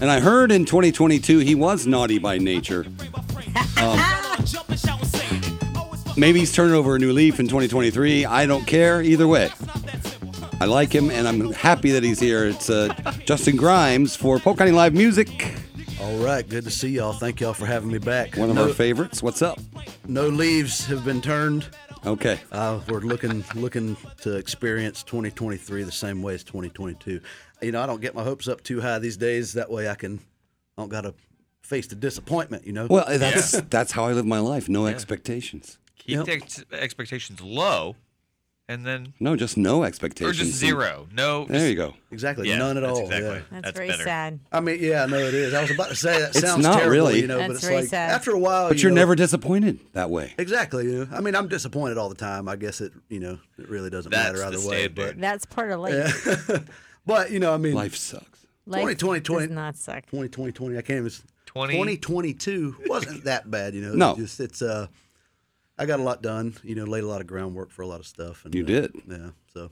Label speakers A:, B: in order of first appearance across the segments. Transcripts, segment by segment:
A: And I heard in 2022 he was naughty by nature. Maybe he's turning over a new leaf in 2023. I don't care. Either way, I like him and I'm happy that he's here. It's uh, Justin Grimes for Polk County Live Music,
B: All right, good to see y'all. Thank y'all for having me back.
A: one of
B: no,
A: our favorites. What's up?
B: no leaves have been turned.
A: Okay.
B: Uh, we're looking looking to experience 2023 the same way as 2022. You know, I don't get my hopes up too high these days. That way, I can I don't gotta face the disappointment. You know.
A: Well, that's that's how I live my life. No expectations.
C: Keep the ex- expectations low, and then
A: No, just no expectations.
C: or just zero. No,
A: There you go.
B: exactly.
C: Yeah,
B: None at
C: that's
B: all.
C: exactly.
B: yeah.
D: That's,
C: That's
D: very
C: better.
D: sad.
B: I mean, yeah, I know it is. I was about to say that sounds
A: not
B: terrible,
A: really.
B: you know, but
D: That's
B: it's
D: very
B: like
D: sad.
B: after a while.
A: But
B: you
A: you're
B: know,
A: never disappointed that way.
B: exactly. You know, I mean, I'm disappointed all the time. I guess it, you know, it really doesn't
C: That's
B: matter either
C: the
B: way. But
C: standard.
D: That's part of life.
B: but you know, I mean,
A: Life sucks.
D: Life
B: 2020
D: does not suck.
B: 2020, 20, I can't even. s-
C: 20.
B: 2022 wasn't that bad, you know.
A: No.
B: It's just it's uh, I got a lot done, you know, laid a lot of groundwork for a lot of stuff. And
A: You
B: uh,
A: did.
B: yeah. So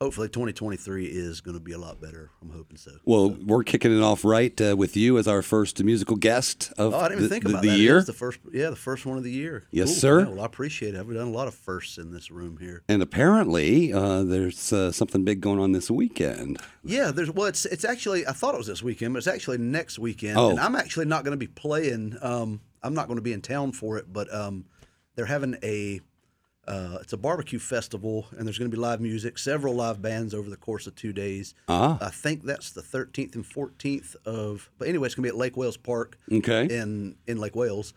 B: hopefully 2023 is going to be a lot better. I'm hoping so.
A: Well, we're kicking it off right uh, with you as our first musical guest of
B: Oh, I didn't
A: the,
B: even think
A: the-
B: about
A: the
B: that. It
A: year.
B: is the first, yeah, the first one of the year.
A: Yes, sir.
B: Yeah, well, I appreciate it. I've done a lot of firsts in this room here.
A: and apparently, uh, there's uh, something big going on this weekend.
B: Yeah, there's well, it's it's actually I thought it was this weekend, but it's actually next weekend,
A: Oh.
B: and I'm actually not going to be playing. Um, I'm not going to be in town for it, but um, they're having a uh, it's a barbecue festival, and there's going to be live music, several live bands over the course of two days.
A: Ah.
B: I think that's the 13th and 14th of, but anyway, it's going to be at Lake Wales Park
A: Okay.
B: in in Lake Wales.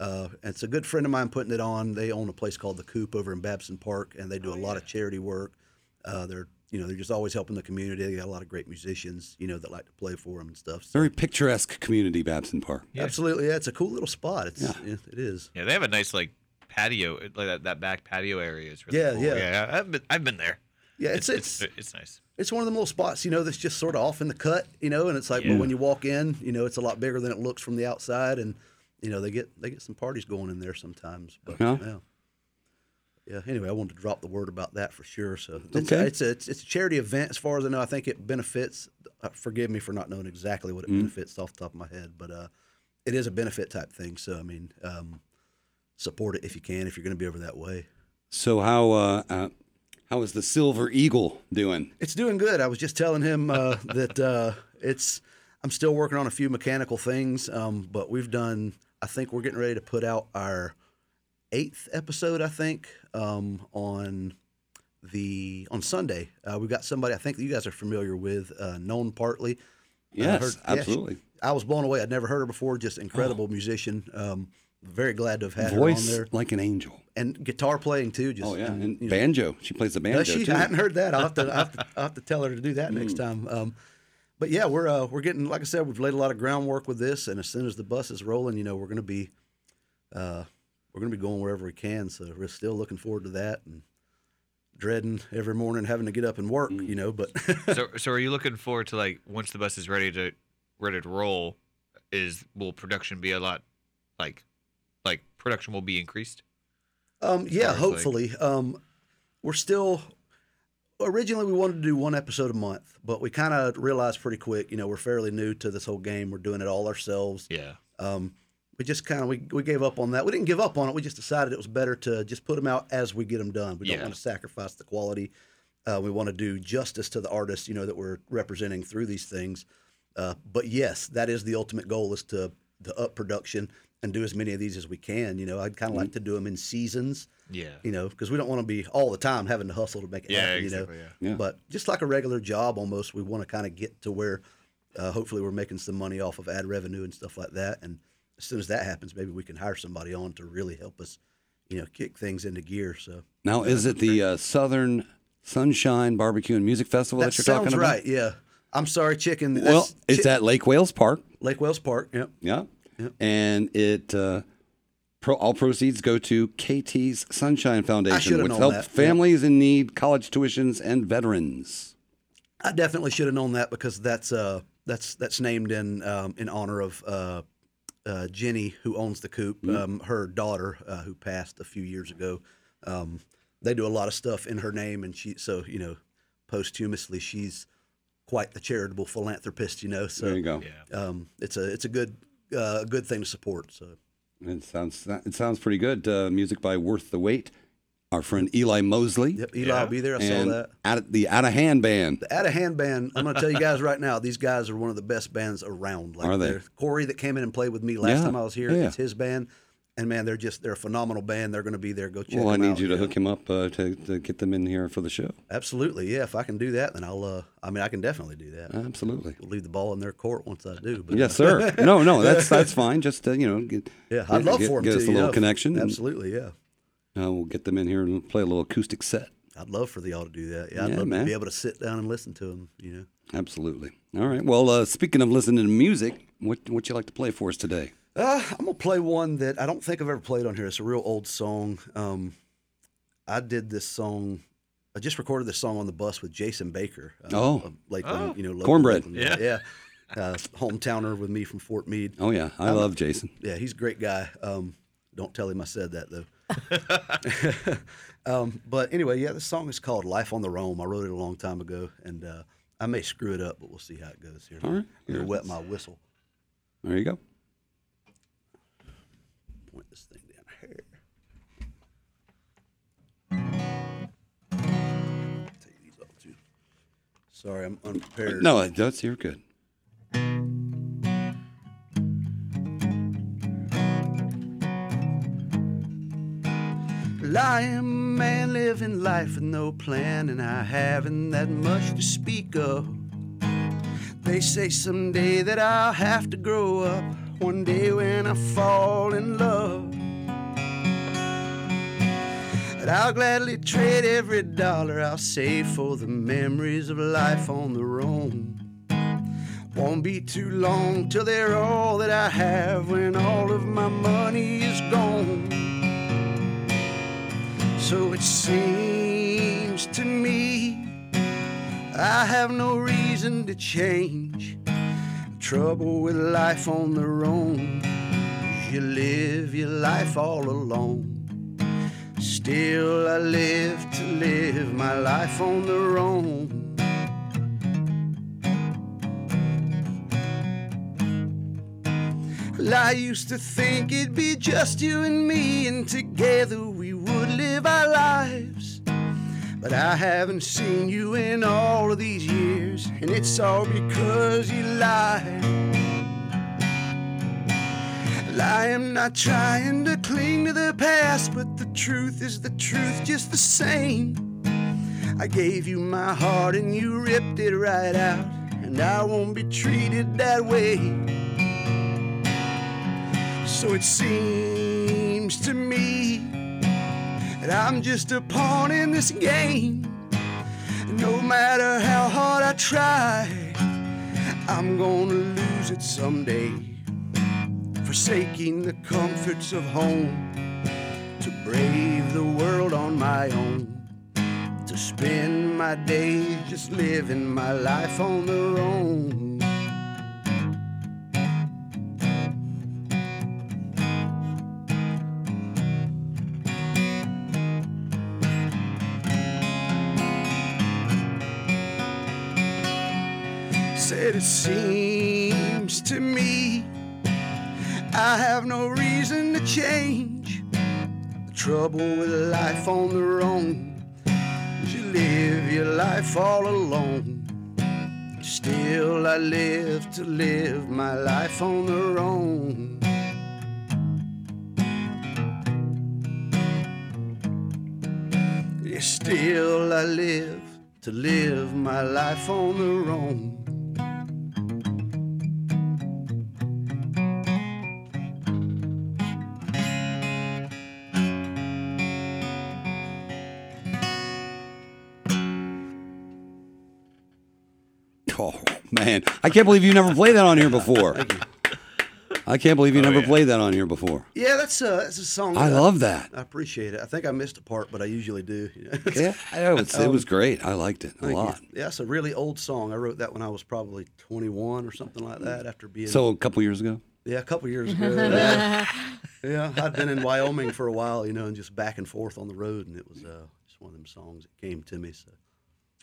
B: Uh, and it's a good friend of mine putting it on. They own a place called the Coop over in Babson Park, and they do a lot of charity work. Uh, they're you know they're just always helping the community. They got a lot of great musicians you know that like to play for them and stuff. So,
A: Very picturesque community, Babson Park.
B: Absolutely, yeah, it's a cool little spot. It's yeah, it is.
C: Yeah, they have a nice like patio, like that, that back patio area is really
B: Yeah,
C: cool.
B: yeah.
C: yeah. I've been, I've been there.
B: Yeah, it's it's
C: it's it's nice.
B: it's one of them little spots, you know, that's just sort of off in the cut, you know, and it's like, but when you walk in, you know, it's a lot bigger than it looks from the outside, and you know, they get they get some parties going in there sometimes. But
A: Yeah.
B: yeah, yeah. Anyway, I wanted to drop the word about that for sure. So it's,
A: Okay.
B: a, it's a it's a charity event, as far as I know. I think it benefits. Uh, forgive me for not knowing exactly what it benefits off the top of my head, but uh, it is a benefit type thing. So I mean, um, support it if you can, if you're going to be over that way.
A: So how uh, uh, how is the Silver Eagle doing?
B: It's doing good. I was just telling him uh, that uh, it's. I'm still working on a few mechanical things, um, but we've done. I think we're getting ready to put out our eighth episode. I think um, on the on Sunday uh, we've got somebody I think that you guys are familiar with, uh, known partly. Uh,
A: Yes,
B: heard- yeah, she-
A: absolutely. Oh.
B: I was blown away. I'd never heard her before. Just incredible musician. Um, very glad to have had
A: Voice
B: her on there
A: like an angel.
B: and guitar playing too. Just
A: Oh yeah,
B: and,
A: and
B: you know,
A: banjo. She plays the banjo
B: Does she?
A: too.
B: I hadn't heard that. I'll have to, I'll have to, I'll have to tell her to do that next time. Um, but yeah, we're uh, we're getting like I said, we've laid a lot of groundwork with this, and as soon as the bus is rolling, you know, we're going to be uh, we're going to be going wherever we can. So we're still looking forward to that and dreading every morning having to get up and work, you know. But
C: so, so are you looking forward to like once the bus is ready to ready to roll? Is will production be a lot like like production will be increased?
B: Um, yeah,
C: far as, like-
B: hopefully. Um, we're still. Originally, we wanted to do one episode a month, but we kind of realized pretty quick. You know, we're fairly new to this whole game. We're doing it all ourselves.
C: Yeah,
B: Um, we just kind of we, we gave up on that. We didn't give up on it. We just decided it was better to just put them out as we get them done. We don't
C: Yeah.
B: want to sacrifice the quality. Uh, we want to do justice to the artists, you know, that we're representing through these things. Uh, but yes, that is the ultimate goal: is to to up production and do as many of these as we can. You know, I'd
C: Mm-hmm.
B: kind of like to do them in seasons.
C: yeah,
B: You know, because we don't want to be all the time having to hustle to make it
C: Yeah,
B: happen.
C: exactly,
B: you know,
C: yeah.
A: Yeah.
B: but just like a regular job, almost we want to kind of get to where uh, hopefully we're making some money off of ad revenue and stuff like that. And as soon as that happens, maybe we can hire somebody on to really help us, you know, kick things into gear. So
A: Now, is it the uh, Southern Sunshine Barbecue and Music Festival that,
B: that
A: you're
B: sounds
A: talking about?
B: right. Yeah, I'm sorry, chicken. That's
A: Well, it's
B: chi-
A: at Lake Wales Park.
B: Lake Wells Park. Yep.
A: Yeah. And it uh, pro, all proceeds go to KT's Sunshine Foundation,
B: shoulda
A: which
B: known
A: helps
B: that.
A: families in need, college tuitions, and veterans.
B: I definitely should have known that because that's uh that's that's named in um, in honor of uh, uh, Jenny who owns the coop,
A: Mm-hmm.
B: um, her daughter uh, who passed a few years ago. Um, they do a lot of stuff in her name, and she so you know posthumously she's quite the charitable philanthropist, you know. So
A: There you go.
C: Yeah.
B: Um, it's a it's a good uh, good thing to support. So
A: It sounds it sounds pretty good. Uh, music by Worth the Wait, our friend Eli Mosley,
B: yep, Eli
C: Yeah.
B: will be there. I
A: and
B: saw that.
A: Out, the Out of Hand Band.
B: The Out of Hand Band. I'm going to tell you guys right now. These guys are one of the best bands around. Like
A: Are they?
B: they're- Corey that came in and played with me last
A: Yeah,
B: time I was here.
A: yeah.
B: It's his band, and man, they're just they're a phenomenal band. They're going to be there. Go check.
A: well, I
B: them
A: need
B: out,
A: you to
B: know.
A: hook him up uh, to, to get them in here for the show.
B: Absolutely, yeah. If I can do that, then I'll. Uh, I mean, I can definitely do that.
A: Absolutely.
B: We'll leave the ball in their court once I do. But
A: Yes, sir. No, no, that's that's fine. Just uh, you know, get,
B: yeah, I'd love
A: get,
B: for them
A: get
B: to
A: us a
B: you
A: little
B: know.
A: connection. and,
B: Absolutely, yeah.
A: uh, we'll get them in here and play a little acoustic set.
B: I'd love for the all to do that. Yeah, I'd
A: Yeah,
B: love
A: man.
B: to be able to sit down and listen to them. You know.
A: Absolutely. All right. Well, uh, speaking of listening to music, what what you like to play for us today?
B: Uh, I'm gonna play one that I don't think I've ever played on here. It's a real old song. Um, I did this song. I just recorded this song on the bus with Jason Baker. Uh,
A: Oh.
B: of Lakeland,
C: Oh.
B: you know, local
A: Cornbread.
B: Lakeland guy. yeah. Uh, hometowner with me from Fort Meade.
A: Oh yeah, I love Jason.
B: Yeah, he's a great guy. Um, don't tell him I said that though. um, but anyway, yeah, this song is called "Life on the Roam." I wrote it a long time ago, and uh, I may screw it up, but we'll see how it goes here.
A: All right.
B: I'm
A: Here
B: gonna
A: it
B: wet
A: is.
B: my whistle.
A: There you go.
B: Point this thing down here. Take these off too. Sorry, I'm unprepared.
A: No, it does. You're good.
B: lying man living life with no plan and I haven't that much to speak of. They say someday that I'll have to grow up, one day when I fall in love. But I'll gladly trade every dollar I'll save for the memories of life on the roam. Won't be too long till they're all that I have when all of my money is gone. So it seems to me I have no reason to change. Trouble with life on the roam. You live your life all alone. Still, I live to live my life on the roam. Well, I used to think it'd be just you and me, and together we would live our lives. But I haven't seen you in all of these years, and it's all because you lied. Well, I am not trying to cling to the past, but the truth is the truth just the same. I gave you my heart and you ripped it right out, and I won't be treated that way. So it seems to me that I'm just a pawn in this game. No matter how hard I try, I'm gonna lose it someday. Forsaking the comforts of home to brave the world on my own. To spend my days just living my life on the roam. Said it seems to me I have no reason to change. The trouble with life on the roam is you live your life all alone. Still, I live to live my life on the roam. Yeah, still, I live to live my life on the roam.
A: Oh man, I can't believe you never played that on here before. I can't believe you never played that on here before.
B: Yeah, that's a that's a song.
A: I
B: that
A: love that.
B: I appreciate it. I think I missed a part, but I usually do.
A: Yeah, Oh. it was, it was great. I liked it a lot.
B: yeah, it's a really old song. I wrote that when I was probably 21 or something like that. After being
A: So a couple years ago.
B: yeah, a couple years ago. yeah, Yeah, I'd been in Wyoming for a while, you know, and just back and forth on the road, and it was uh, just one of them songs that came to me. So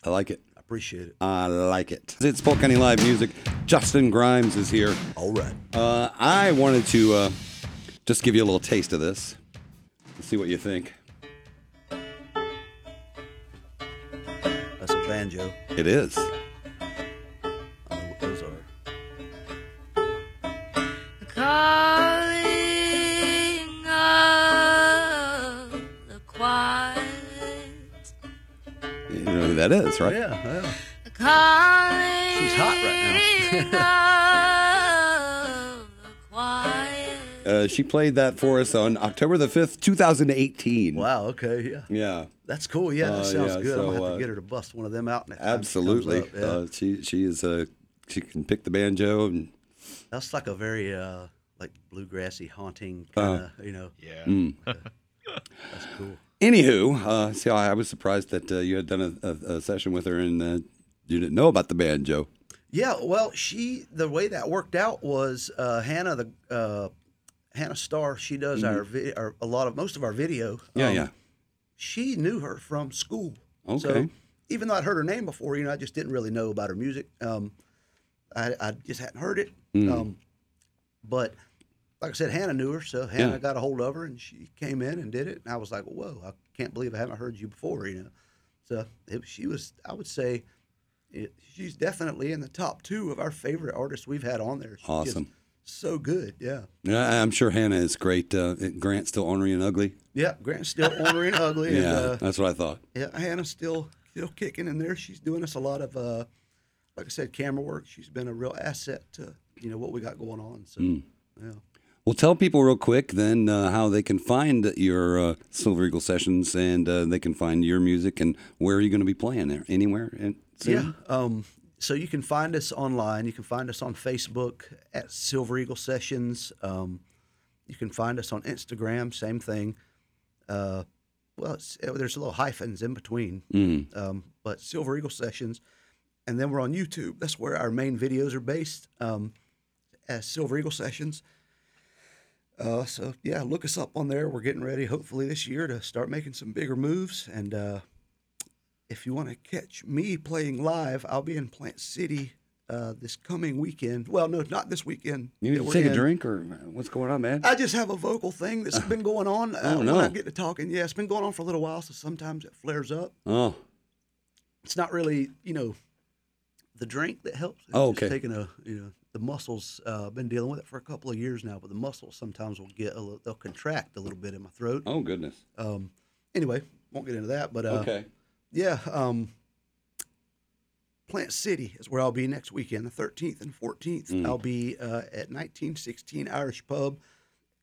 A: I like it.
B: I appreciate it.
A: I like it. It's Polk County Live Music. Justin Grimes is here.
B: All right.
A: Uh, I wanted to uh, just give you a little taste of this. Let's see what you think.
B: That's a banjo.
A: It is.
B: I know what those are.
D: Calling of the quiet.
A: You know who that is, right?
B: Yeah, yeah.
D: Calling
B: She's hot right
D: now. of the quiet.
A: Uh, she played that for us on October the 5th, 2018.
B: Wow. Okay. Yeah.
A: Yeah,
B: That's cool. Yeah,
A: Uh,
B: that sounds
A: yeah,
B: good. I'm
A: so,
B: gonna have
A: uh,
B: to get her to bust one of them out next time she comes
A: absolutely.
B: up, yeah.
A: Uh, she she is uh, she can pick the banjo and
B: That's like a very uh, like bluegrassy haunting
A: Uh.
B: kind of you know.
C: Yeah.
B: That's cool.
A: Anywho, uh, see, I I was surprised that uh, you had done a, a, a session with her and uh, you didn't know about the banjo.
B: Yeah, well, she the way that worked out was uh, Hannah the uh, Hannah Starr. She does our, vi- our a lot of most of our video.
A: Mm-hmm. Yeah,
B: Um,
A: yeah.
B: She knew her from school. So
A: Okay.
B: even though I'd heard her name before, you know, I just didn't really know about her music. Um, I, I just hadn't heard it.
A: Hmm.
B: Um, but like I said, Hannah knew her, so Hannah
A: Yeah.
B: got a hold of her, and she came in and did it. And I was like, "Whoa, I can't believe I haven't heard you before," you know. So it, she was, I would say, it, she's definitely in the top two of our favorite artists we've had on there. She's just
A: Awesome.
B: so good, yeah,
A: Yeah, I- I'm sure Hannah is great. Uh, Grant still ornery and ugly.
B: yeah. Grant's still ornery and ugly,
A: Yeah,
B: and uh,
A: that's what I thought.
B: yeah, Hannah's still still kicking in there. She's doing us a lot of, uh, like I said, camera work. She's been a real asset to you know what we got going on. So yeah,
A: Well, tell people real quick then uh, how they can find your uh, Silver Eagle sessions and uh, they can find your music and where are you going to be playing there? Anywhere? Uh, And
B: yeah. Um, so you can find us online. You can find us on Facebook at Silver Eagle Sessions. Um, you can find us on Instagram. Same thing. Uh, well, it's, eh, there's little hyphens in between, um, but Silver Eagle Sessions, and then we're on YouTube. That's where our main videos are based. Um, as Silver Eagle Sessions. Uh, so yeah, look us up on there. We're getting ready, hopefully this year, to start making some bigger moves. And uh, if you want to catch me playing live, I'll be in Plant City uh, this coming weekend. Well, no, not this weekend.
A: You
B: that
A: need to
B: we're
A: take a
B: in. Uh,
A: drink or what's going on, man?
B: I just have a vocal thing that's been going on. Uh,
A: oh,
B: when
A: no.
B: I get to talking, yeah, it's been going on for a little while, so sometimes it flares up.
A: Oh,
B: It's not really, you know, the drink that helps. It's
A: Oh,
B: just
A: okay.
B: taking a, you know, the muscles. uh, I've been dealing with it for a couple of years now, but the muscles sometimes will get a little, they'll contract a little bit in my throat.
A: oh goodness.
B: Um, anyway, won't get into that, but uh,
A: okay.
B: yeah, um, Plant City is where I'll be next weekend, the 13th and 14th.
A: Mm.
B: I'll be uh, at 1916 Irish Pub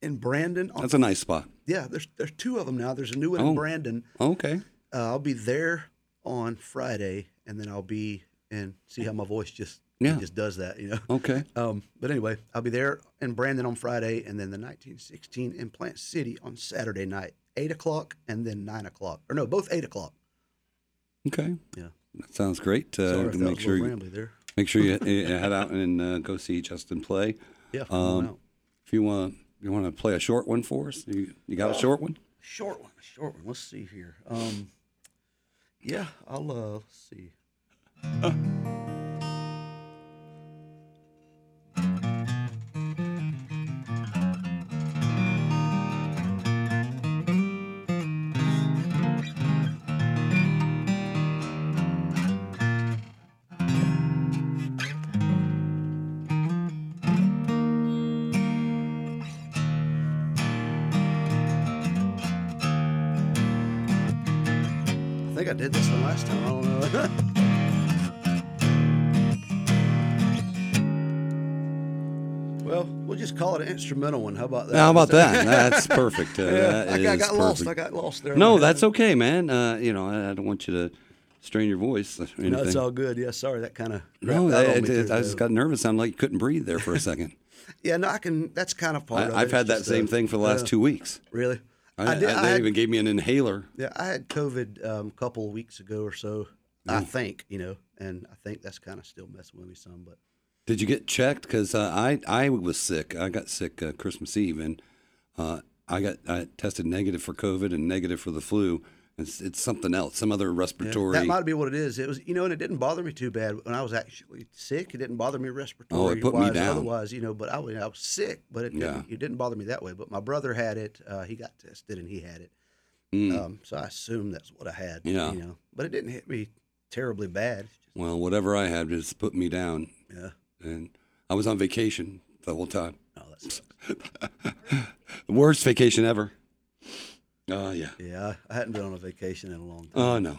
B: in Brandon. On,
A: That's a nice spot.
B: yeah, there's there's two of them now. There's a new one
A: Oh.
B: in Brandon.
A: Okay.
B: Uh, I'll be there on Friday, and then I'll be and see how my voice just it
A: Yeah.
B: just does that, you know.
A: Okay.
B: Um, but anyway, I'll be there in Brandon on Friday, and then the 1916 in Plant City on Saturday night, eight o'clock, and then nine o'clock, or no, both eight o'clock.
A: Okay.
B: Yeah.
A: That sounds great. Uh,
B: Sorry if that
A: make
B: was
A: sure
B: a little
A: you,
B: rambly there.
A: make sure you you head out and uh, go see Justin play.
B: Yeah, come on
A: Um,
B: out.
A: If you want you want to play a short one for us, you, you got a short one?
B: short one, short one. Let's see here. Um, yeah, I'll uh, let's see. I think I did this the last time. I don't know. well, we'll just call it an instrumental one. How about that?
A: How about that? That's perfect. Uh, that
B: I got, I
A: is
B: got lost.
A: perfect.
B: I got lost there.
A: No, that's okay, man. Uh, you know, I, I don't want you to strain your voice. Or anything.
B: no, it's all good. Yeah, sorry, that kind of
A: No, I, I-
B: uh,
A: I just got nervous. I'm like, you couldn't breathe there for a second.
B: yeah. No, I can. That's kind of part. of it.
A: I, I've
B: It's
A: had that
B: just,
A: same
B: uh,
A: thing for the last two weeks.
B: Really,
A: I,
B: did-
A: I-
B: I
A: they
B: had-
A: even gave me an inhaler.
B: Yeah, I had COVID um, a couple of weeks ago or so. I
A: Mm.
B: think you know, and I think that's kind of still messing with me some. But
A: Did you get checked? Because uh, I I was sick. I got sick uh, Christmas Eve, and uh, I got I tested negative for COVID and negative for the flu, It's, it's something else, some other
B: Yeah,
A: respiratory.
B: That might be what it is. It was, you know, and it didn't bother me too bad when I was actually sick. It didn't bother me respiratory.
A: Oh, put me
B: wise,
A: down.
B: Otherwise, you know, but I, was- I was sick, but it
A: Yeah.
B: didn't, it didn't bother me that way. But my brother had it. Uh, he got tested and he had it.
A: Mm.
B: Um, so I assume that's what I had.
A: Yeah.
B: You know, but it didn't hit me terribly bad.
A: well, whatever I had just put me down,
B: Yeah.
A: and I was on vacation the whole time.
B: No, that's
A: Worst vacation ever. Oh yeah.
B: yeah. I hadn't been on a vacation in a long time.
A: Oh no.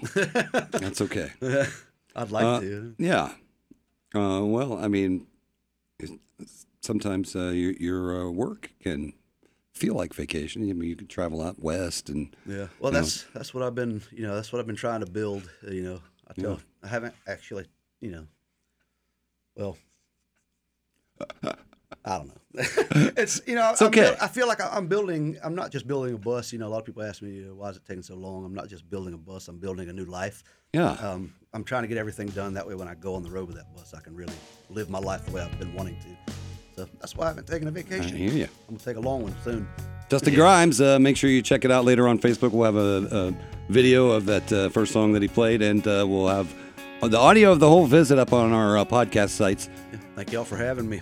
A: That's okay.
B: I'd like
A: Uh,
B: to.
A: Yeah. Uh, well, I mean, it- sometimes uh, your, your uh, work can feel like vacation. I mean, you can travel out west and
B: Yeah.
A: you know.
B: Well, that's that's what I've been, you know, that's what I've been trying to build. uh, You know, I tell, I haven't actually, you know, well, I don't know. it's you know, I'm
A: okay.
B: buil- I feel like I- I'm building. I'm not just building a bus. You know, a lot of people ask me, you know, why is it taking so long? I'm not just building a bus. I'm building a new life.
A: yeah.
B: Um, I'm trying to get everything done. That way, when I go on the road with that bus, I can really live my life the way I've been wanting to. So that's why I haven't taken a
A: I
B: vacation.
A: hear you.
B: I'm gonna take a long one soon.
A: Dustin Grimes, uh, make sure you check it out later on Facebook. We'll have a, a video of that uh, first song that he played, and uh, we'll have the audio of the whole visit up on our uh, podcast sites.
B: Yeah. Thank y'all for having me.